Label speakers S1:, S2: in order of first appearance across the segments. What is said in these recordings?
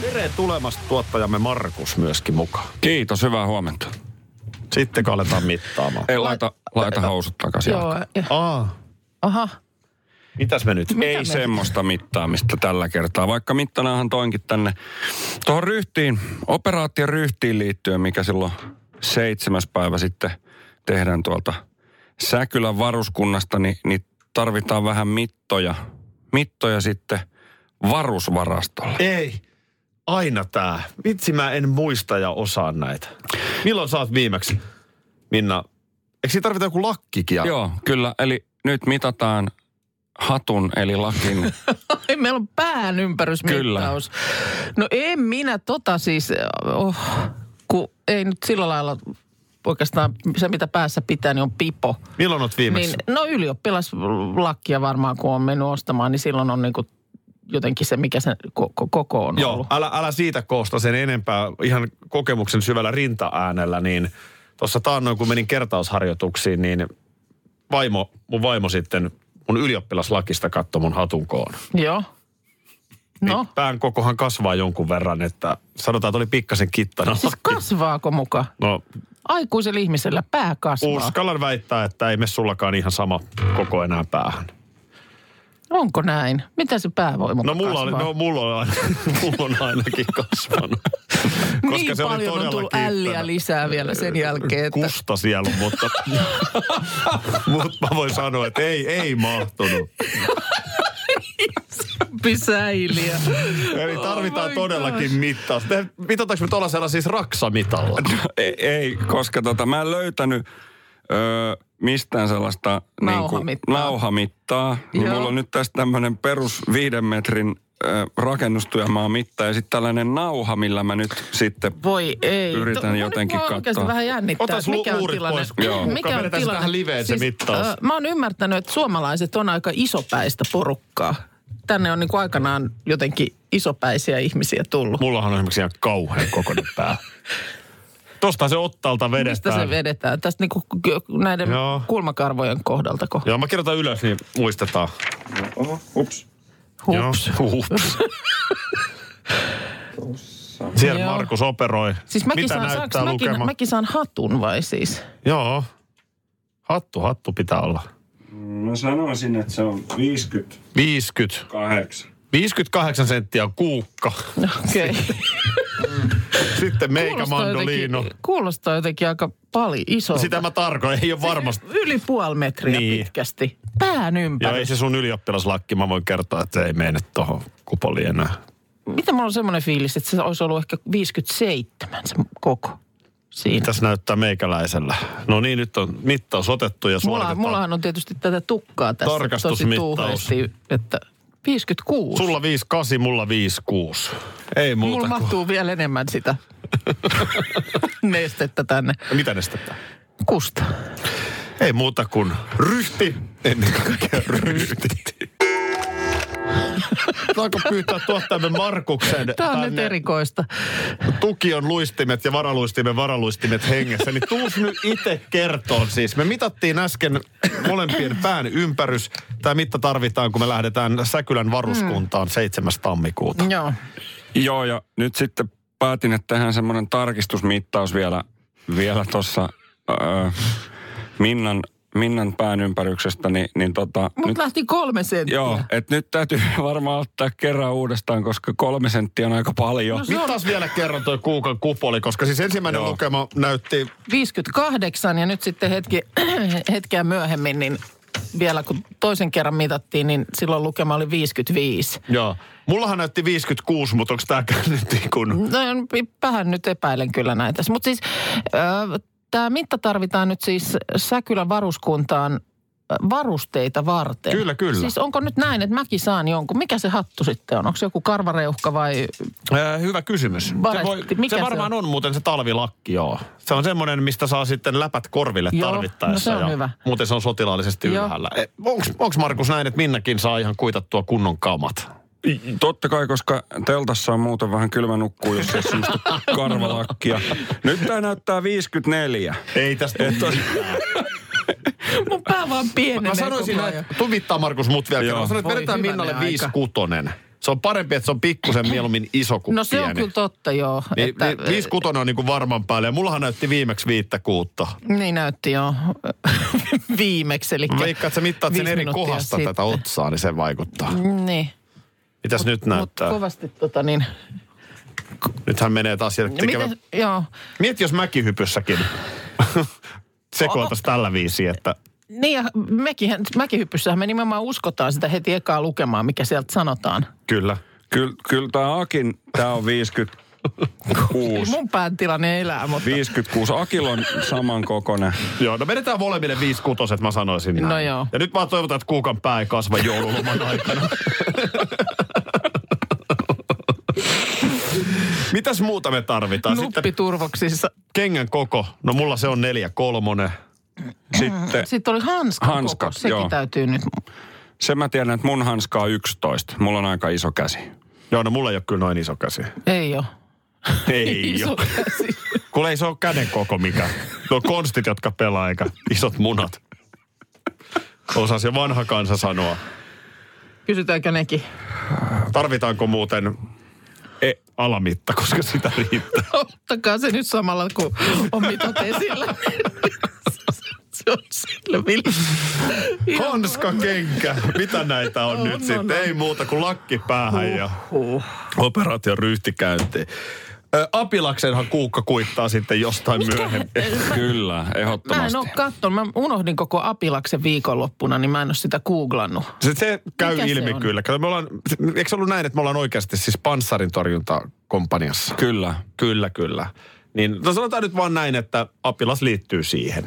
S1: Tere tulemasta tuottajamme Markus myöskin mukaan.
S2: Kiitos, hyvää huomenta.
S1: Sitten kun aletaan mittaamaan.
S2: Ei laita, laita housut takaisin.
S3: Joo. ja-
S1: Aa,
S3: Eh. Aha.
S1: mitäs me nyt?
S2: Ei
S3: me-
S2: semmoista mittaamista tällä kertaa, vaikka mittanaahan toinkin tänne tuohon ryhtiin, operaation ryhtiin liittyen, mikä silloin seitsemäs päivä sitten tehdään tuolta Säkylän varuskunnasta, niin, niin tarvitaan vähän mittoja, mittoja sitten varusvarastolle.
S1: Ei. Aina tää. Vitsi, mä en muista ja osaa näitä. Milloin sä oot viimeksi, Minna? Eikö siinä tarvita joku lakkikin? ja-
S2: Joo, kyllä. Eli nyt mitataan hatun eli lakin.
S3: Ai, meillä on pään ympärysmittaus. No en minä tota siis, oh, kun ei nyt sillä lailla oikeastaan se, mitä päässä pitää, niin on pipo.
S1: Milloin oot viimeksi?
S3: Niin, no ylioppilaslakkia varmaan, kun on mennyt ostamaan, niin silloin on niinku jotenkin se, mikä sen koko, koko on
S1: Joo,
S3: ollut.
S1: älä, älä siitä koosta sen enempää ihan kokemuksen syvällä rintaäänellä, niin tuossa taannoin kun menin kertausharjoituksiin, niin vaimo, mun vaimo sitten mun ylioppilaslakista katsoi mun hatun koon.
S3: Joo. No,
S1: Niin pään kokohan kasvaa jonkun verran, että sanotaan, että oli pikkasen kittana.
S3: siis kasvaako muka?
S1: No,
S3: Aikuisella ihmisellä pää kasvaa.
S1: uskallan väittää, että ei me sullakaan ihan sama koko enää päähän.
S3: Onko näin? Mitä se pää voi muka
S1: No mulla, oli,
S3: kasvaa?
S1: no mulla, on, ain- mulla on ainakin kasvanut. Koska
S3: niin
S1: se oli
S3: paljon on
S1: todella
S3: tullut
S1: kiittävä.
S3: älliä lisää vielä sen jälkeen, että
S1: Kusta siellä, on, mutta, mutta mä voin sanoa, että ei, ei mahtunut.
S3: pisäiliä.
S1: Eli tarvitaan
S3: Oh my
S1: todellakin mittaus. Me- Mitataanko me tuollaisella siis raksamitalla?
S2: ei, ei, koska tota, mä en löytänyt öö, mistään sellaista niinku
S3: Nauhamittaa.
S2: nauhamittaa. Niin
S3: Joo.
S2: mulla on nyt tässä tämmöinen perus viiden metrin öö, rakennustyömaan mitta ja sitten tällainen nauha, millä mä nyt sitten...
S3: Voi ei.
S2: Yritän
S3: Tuo- mua
S2: jotenkin
S3: nyt mua oikeasti
S2: katsoa.
S3: vähän jännittää,
S1: Otas
S3: että
S1: lu-
S3: mikä on
S1: luurit
S3: tilanne.
S1: pois. Joo.
S3: Mikä on
S1: Vedetään se
S3: tilanne? Siis,
S1: tähän liveen se mittaus.
S3: ö, mä oon ymmärtänyt, että suomalaiset on aika isopäistä porukkaa. Tänne on niin kuin aikanaan jotenkin isopäisiä ihmisiä tullut.
S1: Mullahan on esimerkiksi ihan kauhean kokoinen pää. Tosta se ottaalta
S3: Mistä
S1: vedetään.
S3: se vedetään? Tästä niin kuin näiden
S1: Joo.
S3: kulmakarvojen kohdalta.
S1: Joo, mä kirjoitan ylös, niin muistetaan.
S3: Hups.
S1: Joo. Hups. Siellä
S3: Joo.
S1: Markus operoi.
S3: Siis mäkin
S1: Mitä
S3: saan, saanko,
S1: näyttää
S3: mäkin,
S1: lukema?
S3: mäkin saan hatun vai siis?
S1: Joo. Hattu, hattu pitää olla.
S2: Mä sanoisin, että se on 58.
S1: 50. 58 senttiä on kuukka.
S3: Okei. Okay.
S1: Sitten meikä
S3: No, Kuulostaa
S1: mandoliino.
S3: jotenkin- Kuulostaa jotenkin aika paljon isolta.
S1: Sitä mä tarkoitan, ei ole varmasti.
S3: Siis Yli puoli metriä
S1: Niin.
S3: niin. pitkästi. Pään
S1: Joo,
S3: ympäri.
S1: ei se sun ylioppilaslakki, mä voin kertoa, että se ei mene tohon kupoliin enää.
S3: Mitä mulla on semmoinen fiilis, että se olisi ollut ehkä 57 se koko siinä.
S1: Tässä näyttää meikäläisellä. No niin, nyt on mittaus otettu ja
S3: Mulla,
S1: suoritetaan.
S3: mullahan on tietysti tätä tukkaa tässä tosi
S1: Tarkastusmittaus.
S3: tuuheasti, että 56.
S1: Sulla 58, mulla 56. Ei muuta
S3: mulla
S1: kuin...
S3: mahtuu vielä enemmän sitä nestettä tänne.
S1: Mitä nestettä?
S3: Kusta.
S1: Ei muuta kuin ryhti. Ennen kaikkea ryhti. Saanko pyytää tuottajamme Markuksen
S3: Tämä on nyt
S1: tänne
S3: erikoista.
S1: tukion luistimet ja varaluistimen varaluistimet hengessä, niin tuus nyt itse kertoon siis. Me mitattiin äsken molempien pään ympärys. Tämä mitta tarvitaan, kun me lähdetään Säkylän varuskuntaan 7. tammikuuta.
S3: Joo.
S2: Joo, ja nyt sitten päätin, että tehdään semmoinen tarkistusmittaus vielä, vielä tuossa öö, Minnan, Minnan pään ympäryksestä, niin, niin tota... nyt-
S3: Mutta lähti kolme senttiä.
S2: Joo, että nyt täytyy varmaan ottaa kerran uudestaan, koska kolme senttiä on aika paljon.
S3: No se
S1: Nyt
S3: on
S1: taas vielä kerran toi kuukan kupoli, koska siis ensimmäinen
S2: Joo.
S1: lukema näytti
S3: 58 ja nyt sitten hetki, hetkeä myöhemmin, niin vielä kun toisen kerran mitattiin, niin silloin lukema oli 55.
S1: Joo. Mullahan näytti 56, mutta onko tääkään nyt niin kuin...
S3: No, vähän nyt epäilen kyllä näitä. Mutta siis tämä mitta tarvitaan nyt siis Säkylän varuskuntaan varusteita varten.
S1: Kyllä, kyllä.
S3: Siis onko nyt näin, että mäkin saan jonkun? Mikä se hattu sitten on? Onko se joku karvareuhka vai...
S1: Ää, hyvä kysymys.
S3: Baretti,
S1: se, voi,
S3: mikä
S1: se
S3: se
S1: varmaan on?
S3: on?
S1: muuten se talvilakki, joo. Se on semmoinen, mistä saa sitten läpät korville
S3: Joo,
S1: tarvittaessa.
S3: no se on
S1: ja
S3: hyvä.
S1: Muuten se on sotilaallisesti
S3: Joo.
S1: ylhäällä. Onko Markus näin, että Minnakin saa ihan kuitattua kunnon kamat?
S2: Totta kai, koska teltassa on muuten vähän kylmä nukkuu, jos ei ole semmoista karvalakkia. Nyt tämä näyttää 54.
S1: Ei tästä Et,
S3: Mun pää vaan pienenee
S1: Mä sanoisin,
S3: koko ajan.
S1: että tuvittaa Markus mut vielä.
S2: Joo.
S1: kerran. Mä sanoin, että
S3: Voi
S1: vedetään
S3: hyvänen
S1: Minnalle
S3: aika.
S1: 5 kutonen. Se on parempi, että se on pikkusen mieluummin iso kuin
S3: No se
S1: pieni.
S3: on kyllä totta, joo.
S1: Niin, niin, viisi kutonen on niin kuin varman päälle. Ja mullahan näytti viimeksi viittä kuutta.
S3: Niin näytti joo viimeksi. Eli
S1: Mä veikkaan, että sä mittaat sen
S3: viisi
S1: eri
S3: minuuttia
S1: kohdasta
S3: sitten.
S1: tätä otsaa, niin se vaikuttaa.
S3: Niin,
S1: Mitäs nyt
S3: mutta
S1: näyttää?
S3: kovasti tota niin...
S1: Nythän menee taas sieltä tekemään.
S3: Miten, joo,
S1: Mieti, jos mäkihypyssäkin
S3: Oh.
S1: sekoiltaisi tällä viisi, että
S3: niin ja mekin, mäkihyppyssähän me nimenomaan uskotaan sitä heti ekaa lukemaan, mikä sieltä sanotaan.
S1: kyllä.
S2: Kyllä, kyllä tämä Akin, tämä on 56.
S3: Mun pään tilanne elää, mutta...
S2: 56. Akil on saman kokoinen.
S1: Joo, no vedetään molemmille viisi kutoset, mä sanoisin näin.
S3: No joo.
S1: Ja nyt vaan toivotaan, että kuukan pää ei kasva joululoman aikana. Mitäs muuta me tarvitaan? Sitten
S3: Nuppiturvoksissa.
S1: kengän koko. No mulla se on neljä kolmonen.
S2: Sitten
S3: Sitten oli hanska
S2: Hanskat,
S3: koko. Sekin
S2: joo.
S3: täytyy nyt.
S2: se mä tiedän, että mun hanskaa 11. Mulla on aika iso käsi.
S1: Joo, no mulla ei ole kyllä noin iso käsi.
S3: Ei ole.
S1: Ei
S3: Iso
S1: ole.
S3: käsi.
S1: Kuule ei se ole käden koko mikä. No konstit, jotka pelaa, eikä isot munat. Osas jo vanha kansa sanoa.
S3: Kysytäänkö nekin?
S1: Tarvitaanko muuten e- alamitta, koska sitä riittää.
S3: Ottakaa se nyt samalla, kun on mitat esillä. se on selvillä.
S1: Hanska kenkä. Mitä näitä on nyt sitten? Ei muuta kuin lakki päähän ja operaation ryhti käyntiin. Ö, Apilaksenhan kuukka kuittaa sitten jostain myöhemmin.
S2: Kyllä,
S3: Mä en
S2: ehdottomasti.
S3: ole kattonut. Mä unohdin koko Apilaksen viikonloppuna, niin mä en ole sitä googlannut.
S1: Se, se käy
S3: Mikä se
S1: ilmi
S3: on?
S1: kyllä. Kato, Me ollaan, eikö se ollut näin, että me ollaan oikeasti siis panssarintorjuntakomppaniassa?
S2: Kyllä.
S1: Kyllä, kyllä. Niin, no sanotaan nyt vaan näin, että Apilas liittyy siihen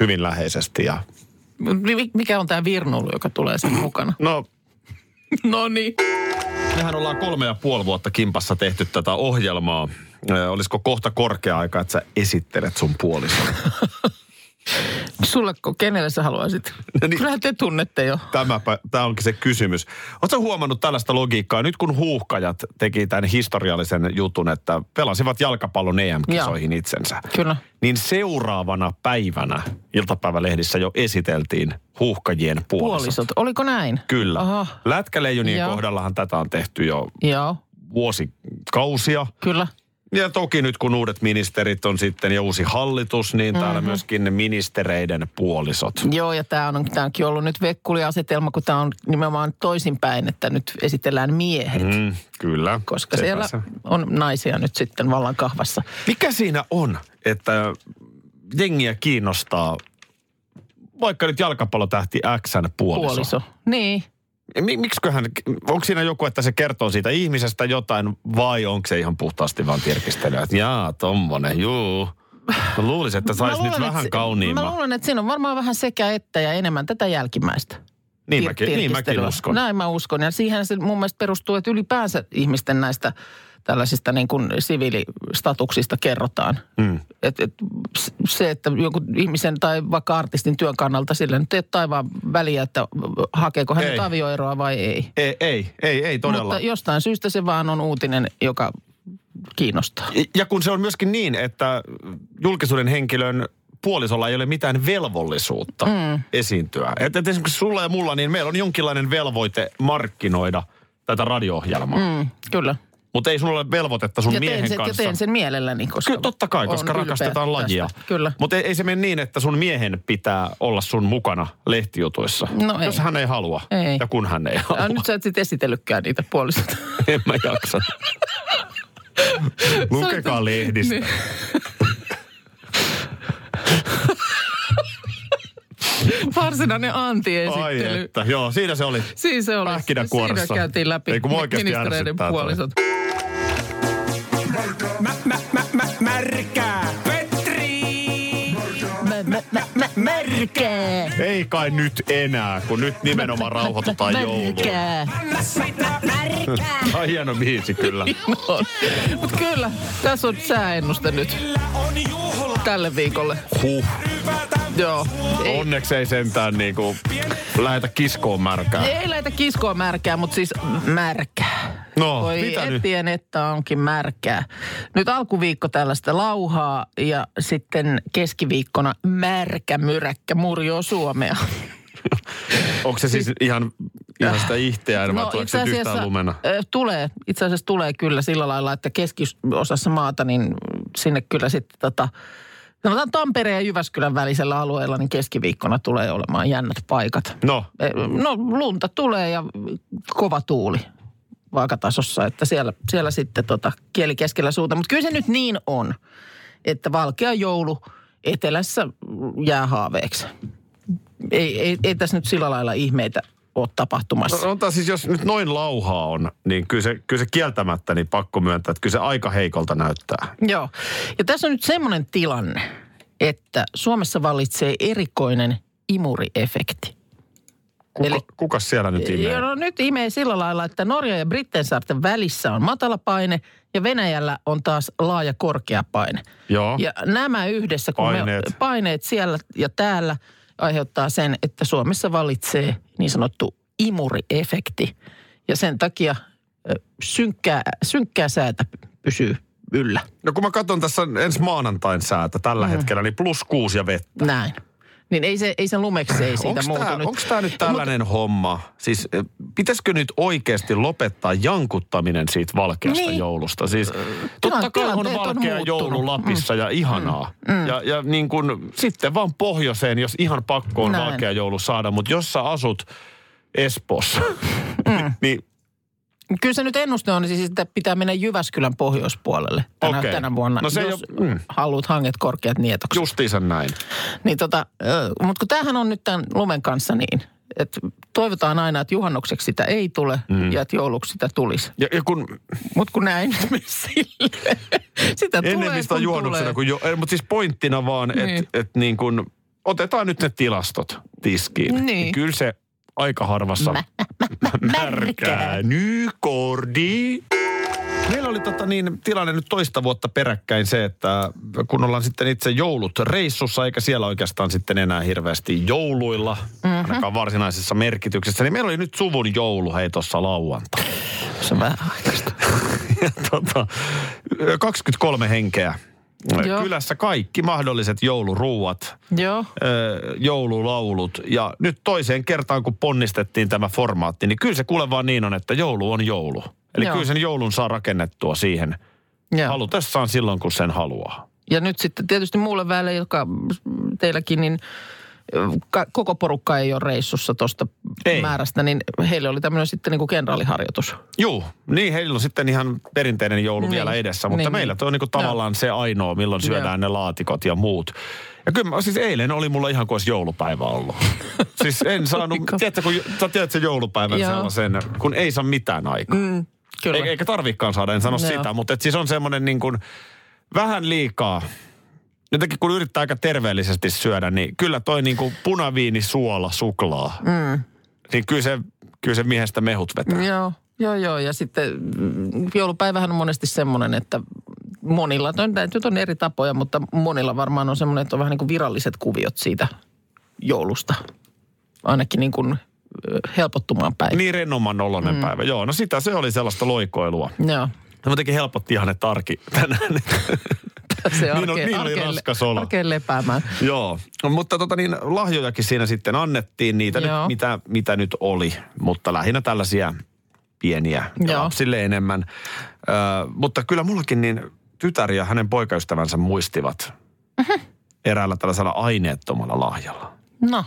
S1: hyvin läheisesti. Ja,
S3: Mi- Mikä on tämä virnuilu, joka tulee sen mukana?
S1: no,
S3: No niin.
S1: mehän ollaan kolme ja puoli vuotta kimpassa tehty tätä ohjelmaa. Ö, Olisiko kohta korkea aika, että sä esittelet sun puolison?
S3: Sulle, ko- kenelle sä haluaisit?
S1: No niin.
S3: niin. Kyllähän te tunnette jo.
S1: Tämäpä, tämä onkin se kysymys. Oletko huomannut tällaista logiikkaa? Nyt kun huuhkajat teki tämän historiallisen jutun, että pelasivat jalkapallon EM-kisoihin itsensä.
S3: Kyllä.
S1: Niin seuraavana päivänä iltapäivälehdissä jo esiteltiin huuhkajien puolisot.
S3: Puolisot. Oliko näin?
S1: Kyllä. Aha.
S3: Aha.
S1: Lätkäleijonien
S3: Joo.
S1: kohdallahan tätä on tehty jo
S3: Joo,
S1: vuosikausia.
S3: kyllä.
S1: Ja toki nyt kun uudet ministerit on sitten ja uusi hallitus, niin täällä
S3: Mhm.
S1: myöskin ministereiden puolisot.
S3: Joo, ja tämä on, tää onkin ollut nyt vekkuliasetelma, kun tämä on nimenomaan toisinpäin, että nyt esitellään miehet. Mm.
S1: Mm, kyllä.
S3: Koska
S1: Sepä
S3: siellä
S1: se.
S3: on naisia nyt sitten vallan kahvassa.
S1: Mikä siinä on, että jengiä kiinnostaa vaikka nyt jalkapallotähti Xn puoliso?
S3: Puoliso. Niin.
S1: Mi- miksiköhän, onko siinä joku, että se kertoo siitä ihmisestä jotain vai onko se ihan puhtaasti vaan tirkistelyä? Että jaa, tommonen, juu. Mä luulisin, että
S3: Mä
S1: sais nyt
S3: luulen,
S1: vähän
S3: että- Mä
S1: kauniimman.
S3: luulen, että siinä on varmaan vähän sekä että ja enemmän tätä jälkimmäistä.
S1: Niin
S3: tir-
S1: mäkin, niin mäkin
S3: tirkistelyä.
S1: uskon.
S3: Näin mä uskon. Ja siihen se mun mielestä perustuu, että ylipäänsä ihmisten näistä tällaisista niin kuin siviilistatuksista kerrotaan. Mm. Et, et, s- se, että joku ihmisen tai vaikka artistin työn kannalta sillä nyt ei ole taivaan väliä, että hakeeko hän
S1: Ei.
S3: nyt avioeroa vai ei.
S1: Ei, ei, ei, ei todella.
S3: Mutta jostain syystä se vaan on uutinen, joka kiinnostaa.
S1: Ja kun se on myöskin niin, että julkisuuden henkilön puolisolla ei ole mitään velvollisuutta mm. esiintyä. Että et esimerkiksi sulla ja mulla, niin meillä on jonkinlainen velvoite markkinoida tätä radio-ohjelmaa. Mm.
S3: Mm, kyllä.
S1: Mutta ei sulla ole velvoitetta sun
S3: Ja teen,
S1: miehen
S3: sen, ja
S1: kanssa.
S3: teen sen mielelläni, koska
S1: Kyllä totta kai,
S3: oon
S1: koska
S3: ylpeä
S1: rakastetaan lajia.
S3: tästä. Kyllä.
S1: Mutta ei, ei se mene niin, että sun miehen pitää olla sun mukana lehtijutuissa.
S3: No ei.
S1: Jos hän ei halua.
S3: Ei.
S1: Ja kun hän ei halua.
S3: Ja nyt sä et sit esitellytkään niitä puolisoita.
S1: En mä jaksa. Lukekaa lehdistä.
S3: Niin. Varsinainen
S1: Ai
S3: antiesittely.
S1: että, joo, siinä se oli.
S3: Siinä se oli.
S1: Pähkinänkuoressa.
S3: Siinä käytiin läpi
S1: Ei kun mua oikeasti
S3: ministereiden
S1: ärsyttää toi.
S3: puolisot.
S4: Märkää Petri!
S3: Mä, mä, mä, mä, märkää.
S1: Ei ei kai nyt enää, kun nyt nimenomaan rauhoitutaan joulua.
S3: Märkää.
S1: Tämä on hieno biisi kyllä.
S3: Mut kyllä, tässä on sääennuste nyt. Tälle viikolle.
S1: Huh.
S3: Joo. Ei,
S1: Onneksi ei sentään niinku lähetä kiskoon märkää.
S3: ei lähetä kiskoa märkää, mutta siis märkää.
S1: No,
S3: Voi
S1: mitä nyt?
S3: etien, että onkin märkää. Nyt alkuviikko tällaista lauhaa ja sitten keskiviikkona märkä myräkkä murjoo Suomea.
S1: Onko se siis ihan, ihan sitä ihteään vai tuleeko
S3: No, itse
S1: se nyt
S3: asiassa,
S1: yhtään lumena?
S3: ö, Tulee, itse asiassa tulee kyllä sillä lailla, että keskiosassa maata, niin sinne kyllä sitten tota, sanotaan Tampereen ja Jyväskylän välisellä alueella, niin keskiviikkona tulee olemaan jännät paikat.
S1: No,
S3: Ö, No lunta tulee ja kova tuuli vaakatasossa, että siellä, siellä sitten tota, kieli keskellä suuta. Mutta kyllä se nyt niin on, että valkea joulu etelässä jää haaveeksi. Ei, ei, ei tässä nyt sillä lailla ihmeitä ole tapahtumassa.
S1: sanotaan siis, jos nyt noin lauhaa on, niin kyllä se, kyllä se kieltämättä niin pakko myöntää, että kyllä se aika heikolta näyttää.
S3: Joo. Ja tässä on nyt semmoinen tilanne, että Suomessa vallitsee erikoinen imuriefekti.
S1: Kuka,
S3: Eli-
S1: Eli, kuka siellä nyt imee?
S3: Joo, no nyt imee sillä lailla, että Norja ja Brittensaarten välissä on matala paine ja Venäjällä on taas laaja korkea paine.
S1: Joo.
S3: Ja nämä yhdessä, kun
S1: No. Paineet.
S3: Me, paineet siellä ja täällä aiheuttaa sen, että Suomessa valitsee niin sanottu imuriefekti. Ja sen takia ö, synkkää, synkkää säätä pysyy yllä.
S1: No kun mä katson tässä ensi maanantain säätä tällä mm. hetkellä, niin plus kuusi ja vettä.
S3: Näin. Niin ei se, ei se lumeksi ei siitä
S1: Onko
S3: muutu
S1: tämä,
S3: nyt.
S1: onks tää nyt tällainen Mut... homma? Siis eh, pitäisikö nyt oikeasti lopettaa jankuttaminen siitä valkeasta
S3: Niin.
S1: niin. joulusta? Siis totta kai on
S3: tilanteet on
S1: valkea
S3: muuttunut.
S1: joulu Lapissa mm. ja ihanaa. Mm. Ja, ja niin kun, sitten vaan pohjoiseen, jos ihan pakko on
S3: Näin.
S1: Näin. valkea joulu saada. Mutta jos sä asut Espoossa, mm. niin
S3: Kyllä se nyt ennuste on, siis että pitää mennä Jyväskylän pohjoispuolelle tänä,
S1: Okei.
S3: tänä vuonna,
S1: No se ei
S3: jos
S1: oo- mm.
S3: haluat hanget korkeat nietoksi.
S1: justiinsa näin.
S3: Niin tota, mutta kun tämähän on nyt tämän lumen kanssa niin, että toivotaan aina, että juhannukseksi sitä ei tule mm. ja että jouluksi sitä tulisi.
S1: Ja, ja kun
S3: Mutta kun näin sille, sitä tulee
S1: Enemmistö
S3: kun
S1: on juhannuksena,
S3: tulee.
S1: kun jo, mutta siis pointtina vaan, että
S3: Niin.
S1: niin. et niin kun otetaan nyt ne tilastot tiskiin.
S3: Niin.
S1: Kyllä se aika harvassa märkää. Nykordi. Meillä oli tota niin, tilanne nyt toista vuotta peräkkäin se, että kun ollaan sitten itse joulut reissussa, eikä siellä oikeastaan sitten enää hirveästi jouluilla,
S3: Mhm.
S1: mm-hmm. ainakaan varsinaisessa merkityksessä, niin meillä oli nyt suvun joulu hei tuossa lauantaina
S3: Se on vähän aikaista.
S1: ja tota, 23 henkeä.
S3: Joo.
S1: Joo. Kylässä kaikki mahdolliset jouluruuat,
S3: Joo.
S1: ö, joululaulut. Ja nyt toiseen kertaan, kun ponnistettiin tämä formaatti, niin kyllä se kuule vaan niin on, että joulu on joulu. Eli
S3: Joo.
S1: Joo. kyllä sen joulun saa rakennettua siihen
S3: Joo.
S1: halutessaan silloin, kun sen haluaa.
S3: Ja nyt sitten tietysti muulle väelle, joka teilläkin, niin ka- koko porukka ei ole reissussa tuosta
S1: Ei.
S3: määrästä, niin heille oli tämmöinen sitten niin kuin kenraaliharjoitus.
S1: Juu, niin heillä on sitten ihan perinteinen joulu
S3: Niin.
S1: niin. vielä edessä, mutta
S3: Niin,
S1: niin, meillä
S3: niin.
S1: toi on niinku tavallaan no. se ainoa, milloin syödään no. ne laatikot ja muut. Ja kyllä mä, siis eilen oli mulla ihan kuin olisi joulupäivä ollut. siis en saanut,
S3: Oliko?
S1: tiedätkö, kun, sä tiedät sen joulupäivän
S3: Joo.
S1: sellaisen, kun ei saa mitään aikaa. Mm,
S3: Kyllä.
S1: e, eikä tarvikaan saada, en sano
S3: Joo.
S1: no. sitä, mutta et siis on semmoinen niin kuin vähän liikaa. Jotenkin kun yrittää aika terveellisesti syödä, niin kyllä toi niin kuin punaviini, suola, suklaa. Mm. Niin kyllä se, kyllä se miehestä mehut vetää.
S3: Joo, joo, joo. Ja sitten mm, joulupäivähän on monesti semmoinen, että monilla, no nyt on eri tapoja, mutta monilla varmaan on semmoinen, että on vähän niin kuin viralliset kuviot siitä joulusta. Ainakin niin kuin ö, helpottumaan päin.
S1: Niin rennomman oloinen mm. päivä. Joo, no sitä se oli sellaista loikoilua.
S3: Joo.
S1: No jotenkin helpotti ihan ne tarki tänään.
S3: Se
S1: Niin on-
S3: arkeen-
S1: niin oli
S3: arkeen-
S1: raskas olla.
S3: arkeen lepäämään.
S1: Joo, no, mutta tota niin, lahjojakin siinä sitten annettiin niitä, nyt,
S3: Joo.
S1: mitä, mitä nyt oli. Mutta lähinnä tällaisia pieniä ja
S3: Joo.
S1: lapsille enemmän. Ö, mutta kyllä mullakin niin tytär ja hänen poikaystävänsä muistivat
S3: Mhm.
S1: eräällä tällaisella aineettomalla lahjalla.
S3: No,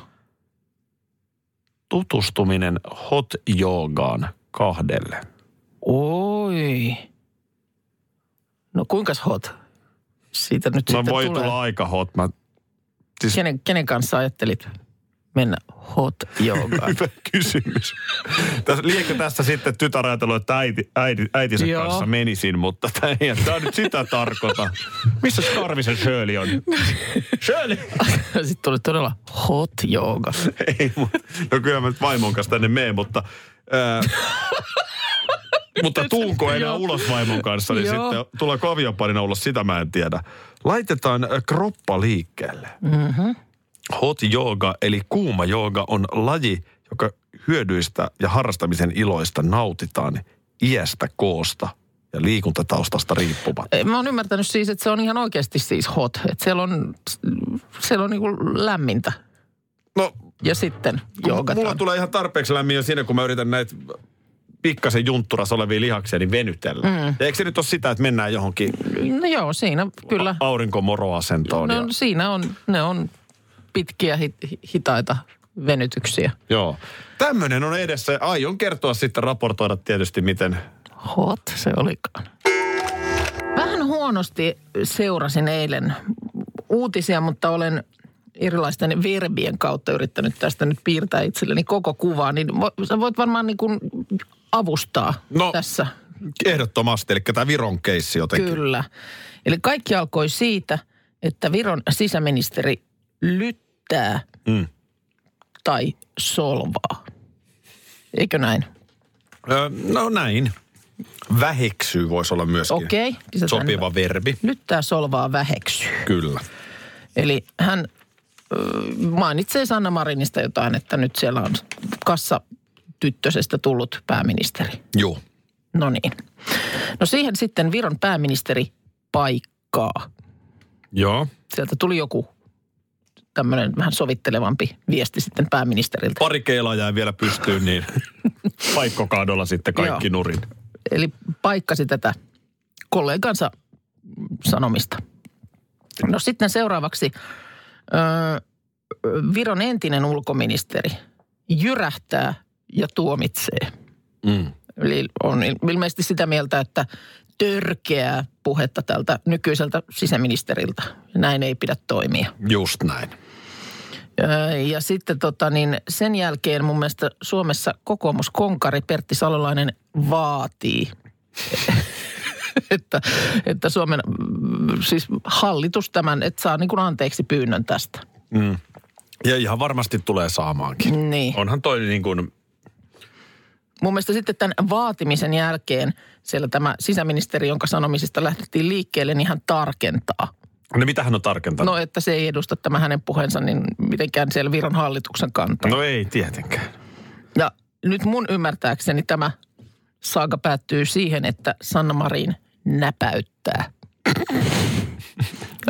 S1: Tutustuminen hot joogaan kahdelle.
S3: Oi. No kuinkas hot? Siitä nyt
S1: No
S3: sitten
S1: voi
S3: tulee.
S1: tulla aika hot. Mä, siis
S3: Kenen, kenen kanssa ajattelit mennä hot joogaan.
S1: Hyvä kysymys. Tässä, liekö tässä sitten tytär ajatellut, että äiti, äiti, äitinsä
S3: Joo.
S1: kanssa menisin, mutta tämä on nyt sitä tarkoita. Missä Karvisen Shirley on? Shirley!
S3: Sitten tuli todella hot jooga.
S1: Ei, mu- no kyllä mä nyt vaimon kanssa tänne meen, mutta... Ää, mutta tuunko enää
S3: Joo.
S1: ulos vaimon kanssa, niin
S3: Joo.
S1: sitten tuleeko avioparina ulos, sitä mä en tiedä. Laitetaan ö, kroppa liikkeelle. Mm-hmm. Hot yoga eli kuuma jooga on laji, joka hyödyistä ja harrastamisen iloista nautitaan iästä, koosta ja liikuntataustasta riippumatta.
S3: Ei, Mä oon ymmärtänyt siis, että se on ihan oikeasti siis hot. Että siellä on, siellä on niinku lämmintä.
S1: No,
S3: Ja sitten
S1: mulla
S3: joogataan.
S1: tulee ihan tarpeeksi lämmin jo siinä, kun mä yritän näitä pikkasen juntturassa olevia lihaksia, niin venytellä. Mm. Eikö se nyt ole sitä, että mennään johonkin
S3: No joo, siinä kyllä.
S1: aurinkomoroasentoon? ja...
S3: No, siinä on, ne on pitkiä hit, hitaita venytyksiä.
S1: Joo. Tämmöinen on edessä. Aion kertoa sitten, raportoida tietysti, miten...
S3: Hot se olikaan. Vähän huonosti seurasin eilen uutisia, mutta olen erilaisten verbien kautta yrittänyt tästä nyt piirtää itselleni koko kuvaa. Niin vo- sä voit varmaan niin kuin avustaa
S1: No,
S3: tässä.
S1: Ehdottomasti, eli tämä Viron keissi jotenkin.
S3: Kyllä. Eli kaikki alkoi siitä, että Viron sisäministeri lyttää
S1: Mm.
S3: tai solvaa. Eikö näin?
S1: Ö, no näin. Väheksyy voisi olla myöskin
S3: Okei. pistetään-
S1: sopiva verbi.
S3: Lyttää, solvaa, väheksyy.
S1: Kyllä.
S3: Eli hän ö, mainitsee Sanna Marinista jotain, että nyt siellä on kassatyttösestä tullut pääministeri.
S1: Joo.
S3: No niin. No siihen sitten Viron pääministeri paikkaa.
S1: Joo.
S3: Sieltä tuli joku tämmöinen vähän sovittelevampi viesti sitten pääministeriltä.
S1: Pari keilaa jäi vielä pystyyn, niin paikkokaadolla sitten kaikki
S3: Joo.
S1: nurin.
S3: Eli paikkasi tätä kollegansa sanomista. No sitten seuraavaksi ö, Viron entinen ulkoministeri jyrähtää ja tuomitsee.
S1: Mm.
S3: Eli on il- ilmeisesti sitä mieltä, että törkeää puhetta tältä nykyiseltä sisäministeriltä. Näin ei pidä toimia.
S1: Just näin.
S3: Öö, Ja sitten tota, niin sen jälkeen mun mielestä Suomessa kokoomuskonkari Pertti Salolainen vaatii, että, että Suomen mm, siis hallitus tämän, että saa niin kuin anteeksi pyynnön tästä.
S1: Ja ihan varmasti tulee saamaankin.
S3: Niin.
S1: Onhan toi niin kuin,
S3: Mun mielestä sitten tämän vaatimisen jälkeen siellä tämä sisäministeri, jonka sanomisista lähdettiin liikkeelle, niin hän tarkentaa.
S1: no mitä hän on tarkentanut?
S3: No, että se ei edusta tämä hänen puheensa niin mitenkään siellä Viron hallituksen kantaa.
S1: No ei tietenkään.
S3: Ja nyt mun ymmärtääkseni tämä saaga päättyy siihen, että Sanna Marin näpäyttää.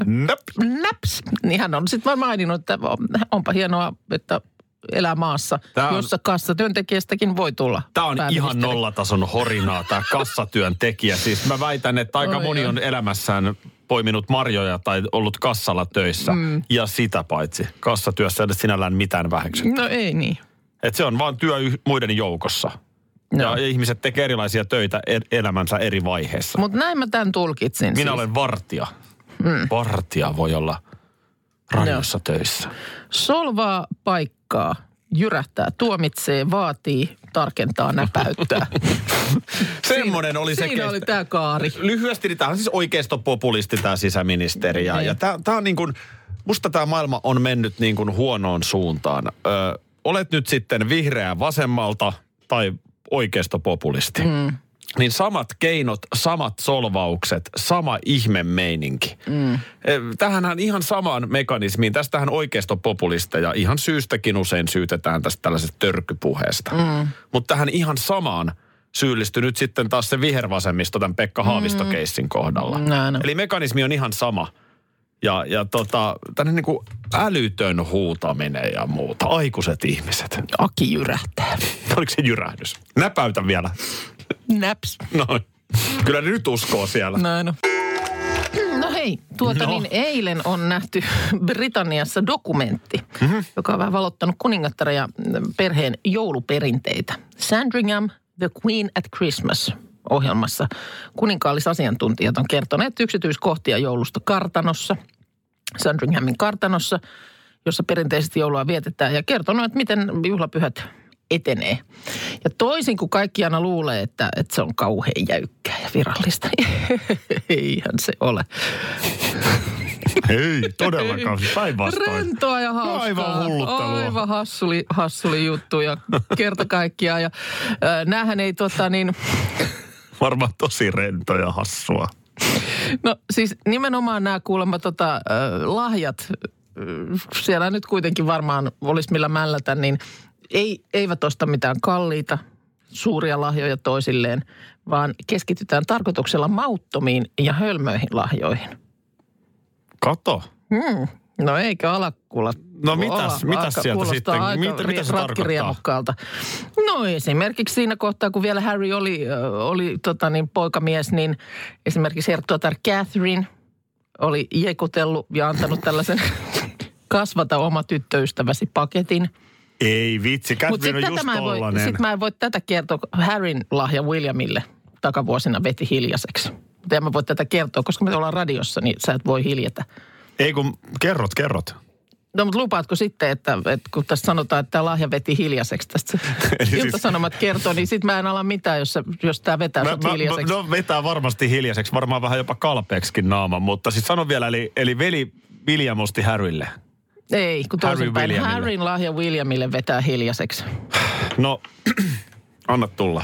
S1: Näp.
S3: Näps! Niin hän on sitten vaan maininnut, että onpa hienoa, että elää maassa,
S1: Tää on-
S3: on... jossa kassatyöntekijästäkin voi tulla.
S1: Tämä on ihan
S3: pääministeri.
S1: nollatason horinaa, tämä kassatyön tekijä. Siis mä väitän, että aika
S3: Oi,
S1: moni
S3: oi.
S1: on elämässään poiminut marjoja tai ollut kassalla töissä. Mm. Ja sitä paitsi, kassatyössä ei ole sinällään mitään väheksy.
S3: No ei niin.
S1: Et se on vaan työ yh- muiden joukossa. No.
S3: No.
S1: Ja ihmiset tekee erilaisia töitä er- elämänsä eri vaiheissa.
S3: Mutta näin mä tämän tulkitsin.
S1: Minä
S3: siis.
S1: olen vartija. Mm. Vartija voi olla radiossa töissä.
S3: Solvaa paikkaa, jyrähtää, tuomitsee, vaatii, tarkentaa, näpäyttää.
S1: Semmoinen oli se
S3: Siinä
S1: kestä-
S3: oli tämä kaari.
S1: Lyhyesti, niin tämä on siis oikeistopopulisti tämä sisäministeri. Ja,
S3: Niin.
S1: ja tämä on niin kuin, musta tämä maailma on mennyt niin kuin huonoon suuntaan. Ö, olet nyt sitten vihreä vasemmalta tai oikeistopopulisti. Mm. Niin samat keinot, samat solvaukset, sama ihme meininki. Mm. Tähänhän ihan samaan mekanismiin, tästähän oikeistopopulisteja ihan syystäkin usein syytetään tästä tällaisesta törkypuheesta. Mm. Mutta tähän ihan samaan syyllistyi nyt sitten taas se vihervasemmisto tämän Pekka Haavisto-keissin kohdalla.
S3: Näin on.
S1: Eli mekanismi on ihan sama. Ja, ja tota, tänne niin kuin älytön huutaminen ja muuta. Aikuiset ihmiset.
S3: Aki jyrähtää.
S1: Oliko se jyrähdys? Näpäytä vielä.
S3: Näps.
S1: Noin. Kyllä ne nyt uskoo siellä.
S3: No, no. no hei, tuota
S1: No.
S3: no. niin eilen on nähty Britanniassa dokumentti, mm-hmm. joka on vähän valottanut kuningattaren ja perheen jouluperinteitä. Sandringham, The Queen at Christmas ohjelmassa kuninkaallisasiantuntijat on kertoneet yksityiskohtia joulusta kartanossa, Sandringhamin kartanossa, jossa perinteisesti joulua vietetään ja kertonut, että miten juhlapyhät etenee. Ja toisin kuin kaikki aina luulee, että, että se on kauhean jäykkää ja virallista, niin eihän se ole.
S1: Ei, todellakaan. Päinvastoin.
S3: Rentoa ja hauskaa.
S1: Aivan hulluttelua.
S3: Aivan hassuli, hassuli juttu ja kerta kaikkiaan. Ja, ö, näähän ei tota niin,
S1: Varmaan tosi rento ja hassua.
S3: no siis nimenomaan nämä kuulemma tota, ö, lahjat, ö, siellä nyt kuitenkin varmaan olisi millä mällätä, niin ei, eivät osta mitään kalliita, suuria lahjoja toisilleen, vaan keskitytään tarkoituksella mauttomiin ja hölmöihin lahjoihin.
S1: Kato.
S3: Hmm. No eikö alakkulla?
S1: No mitäs- mitäs sieltä sitten?
S3: Aika
S1: Mitä- mitä se
S3: ratkiriemukkaalta. No esimerkiksi siinä kohtaa, kun vielä Harry oli, ö, oli tota niin, poikamies, niin esimerkiksi herttuatar Catherine oli jekutellut ja antanut tällaisen kasvata oma tyttöystäväsi paketin.
S1: Ei vitsi,
S3: Mutta
S1: Catherine on
S3: sitten
S1: just
S3: mä, en voi-
S1: tollanen.
S3: sit mä en voi tätä kertoa. Harryn lahja Williamille takavuosina veti hiljaiseksi. Mutta en mä voi tätä kertoa, koska me ollaan radiossa, niin sä et voi hiljetä.
S1: Ei kun, kerrot, kerrot.
S3: No mutta lupaatko sitten, että, että kun tässä sanotaan, että tämä lahja veti hiljaiseksi tästä
S1: Eli siis-
S3: iltasanomat kertoo, niin sit mä en ala mitään, jos, sä- jos tämä vetää
S1: Mä,
S3: sut
S1: mä, mä,
S3: hiljaiseksi.
S1: no vetää varmasti hiljaiseksi, varmaan vähän jopa kalpeeksikin naaman, mutta siis sano vielä, eli, eli veli William osti Harrylle.
S3: Ei, kun toisin
S1: Harry
S3: päin.
S1: Williamille.
S3: Harryn lahja Williamille vetää hiljaiseksi.
S1: No, anna tulla.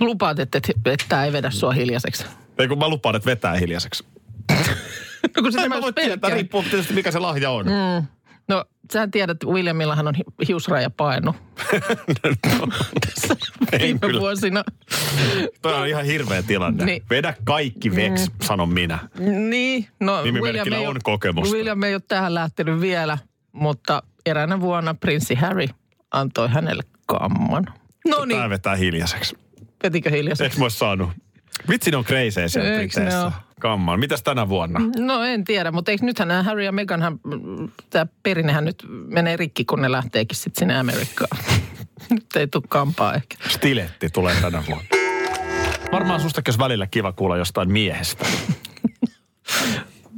S3: Lupaat, että, että, että tämä ei vedä sua hiljaiseksi.
S1: Ei kun mä lupaan, että vetää hiljaiseksi.
S3: No, kun
S1: Mä
S3: sitä
S1: en
S3: mä
S1: mä voi
S3: just
S1: tietää,
S3: pelkään.
S1: riippuu tietysti mikä se lahja on. Mm.
S3: No, sähän tiedät, että Williamillahan on hi- hiusraja painu. Tässä
S1: En
S3: viime
S1: kyllä.
S3: vuosina.
S1: Toi on ihan hirveä tilanne.
S3: Niin.
S1: Vedä kaikki veks, mm. sanon minä.
S3: Niin, no
S1: Nimimerkillä
S3: ei
S1: on
S3: ole-
S1: kokemusta.
S3: William ei ole tähän lähtenyt vielä, mutta eräänä vuonna prinssi Harry antoi hänelle kamman. No
S1: Tää
S3: niin,
S1: vetää hiljaiseksi.
S3: vetikö hiljaiseksi?
S1: Eikö mä ois saanut? Vitsi ne on kreisejä siellä
S3: Eiks ne
S1: Briteissä.
S3: oo?
S1: Kamman. Mitäs tänä vuonna?
S3: No en tiedä, mutta eikö nythän nämä Harry ja Meghanhan, tämä perinnehän nyt menee rikki, kun ne lähteekin sitten sinne Amerikkaan. nyt ei tule kampaa ehkä.
S1: Stiletti tulee tänä vuonna. Varmaan sustakin olisi välillä kiva kuulla jostain miehestä.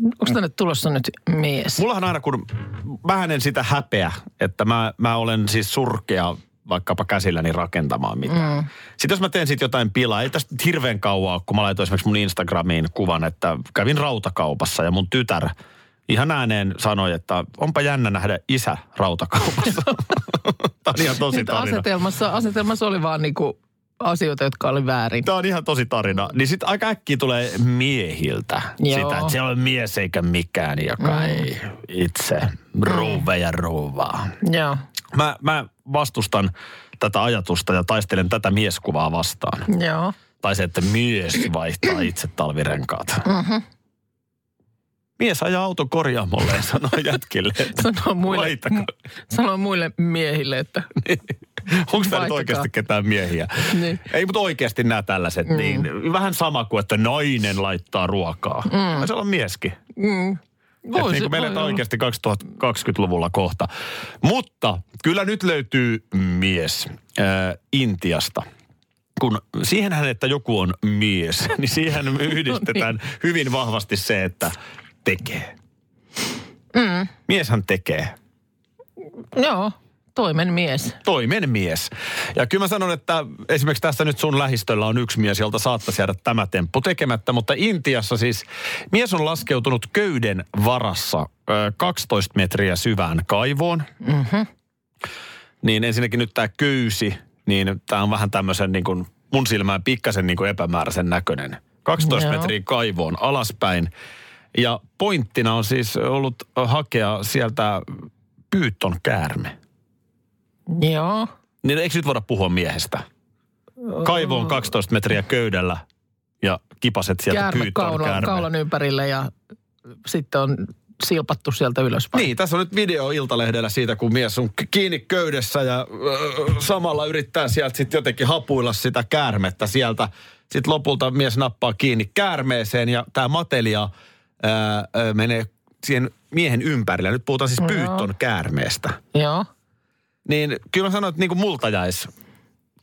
S3: Onko tänne tulossa nyt mies?
S1: Mullahan aina kun, mä en sitä häpeä, että mä, mä olen siis surkea vaikkapa käsilläni rakentamaan mitään. Mm. Sitten jos mä teen siitä jotain pilaa, ei tästä nyt hirveän kauaa, ole, kun mä laitoin esimerkiksi mun Instagramiin kuvan, että kävin rautakaupassa ja mun tytär ihan ääneen sanoi, että onpa jännä nähdä isä rautakaupassa. Tämä on ihan tosi
S3: Nyt
S1: tarina.
S3: asetelmassa, asetelmassa oli vaan niinku asioita, jotka oli väärin.
S1: Tämä on ihan tosi tarina. Niin sitten aika äkkiä tulee miehiltä
S3: Joo.
S1: sitä, että siellä on mies eikä mikään, joka mm. ei itse ruuve ja ruuvaa.
S3: Joo,
S1: Mä, mä vastustan tätä ajatusta ja taistelen tätä mieskuvaa vastaan.
S3: joo.
S1: Tai se, että mies vaihtaa itse talvirenkaat. Mm-hmm. Mies ajaa auto korjaamolle ja sanoo jätkille, että
S3: Sanoo muille,
S1: Vaihtako?
S3: m- sanoo muille miehille, että
S1: onko tämä nyt
S3: vaihtakaa.
S1: oikeasti ketään miehiä.
S3: Niin.
S1: Ei, mutta oikeasti nämä tällaiset, mm. niin vähän sama kuin, että nainen laittaa ruokaa. Mm. Se on mieskin. Voi, niin kuin me eletään oikeasti 2020-luvulla kohta. Mutta kyllä nyt löytyy mies äh, Intiasta. Kun siihenhän, että joku on mies, niin siihen me yhdistetään hyvin vahvasti se, että tekee. Mm. Mieshän tekee.
S3: Joo, toimen mies.
S1: Toimen mies. Ja kyllä mä sanon, että esimerkiksi tässä nyt sun lähistöllä on yksi mies, jolta saattaisi jäädä tämä temppu tekemättä, mutta Intiassa siis mies on laskeutunut köyden varassa ö, 12 metriä syvään kaivoon. Mm-hmm. Niin ensinnäkin nyt tämä köysi, niin tämä on vähän tämmöisen niin kuin mun silmään pikkasen niin kuin epämääräisen näköinen. 12
S3: Joo.
S1: metriä kaivoon alaspäin. Ja pointtina on siis ollut ö, hakea sieltä pyyton käärme.
S3: Joo.
S1: Niin eikö nyt voida puhua miehestä?
S3: Öö.
S1: Kaivo on 12 metriä köydellä ja kipaset sieltä
S3: Käärme
S1: pyytään
S3: kaulan, kaulan ympärille ja sitten on silpattu sieltä ylöspäin.
S1: Niin, tässä on nyt video Iltalehdellä siitä, kun mies on k- kiinni köydessä ja öö, samalla yrittää sieltä sitten jotenkin hapuilla sitä käärmettä sieltä. Sitten lopulta mies nappaa kiinni käärmeeseen ja tämä matelia öö, öö, menee siihen miehen ympärille. Nyt puhutaan
S3: No
S1: siis pyyton käärmeestä.
S3: Joo.
S1: Niin kyllä mä sanoin, että niin kuin multa jäisi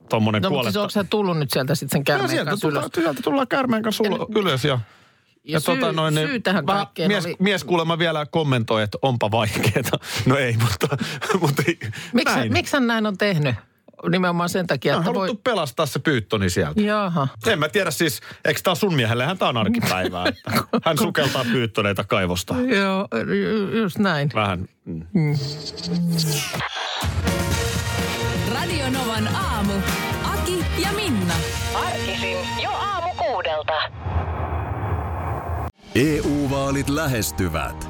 S1: tuommoinen
S3: No mutta siis
S1: kuoletta.
S3: onko sä tullut nyt sieltä sitten sen
S1: No
S3: käärmeen
S1: sieltä
S3: kanssa ylös?
S1: tullaan, sieltä tullaan käärmeen kanssa ulo- ylös ja tota niin
S3: Ja syy- syy tähän
S1: vähän
S3: kaikkeen
S1: mies,
S3: oli-
S1: mies kuulemma vielä kommentoi, että onpa vaikeeta. No ei, mutta, mutta
S3: Miksi
S1: näin.
S3: hän- miksi hän näin on tehnyt? Nimenomaan sen takia,
S1: on
S3: että voi...
S1: haluttu pelastaa se pyyttoni sieltä.
S3: Jaha.
S1: En mä tiedä siis, eikö tää ole sun miehellehän tää on arkipäivää. että Hän sukeltaa pyydtoneita kaivosta.
S3: Joo, ju- just näin.
S1: Vähän. mm.
S5: Radio Novan aamu. Aki ja Minna.
S4: Arkisin jo aamu kuudelta.
S6: EU-vaalit E lähestyvät.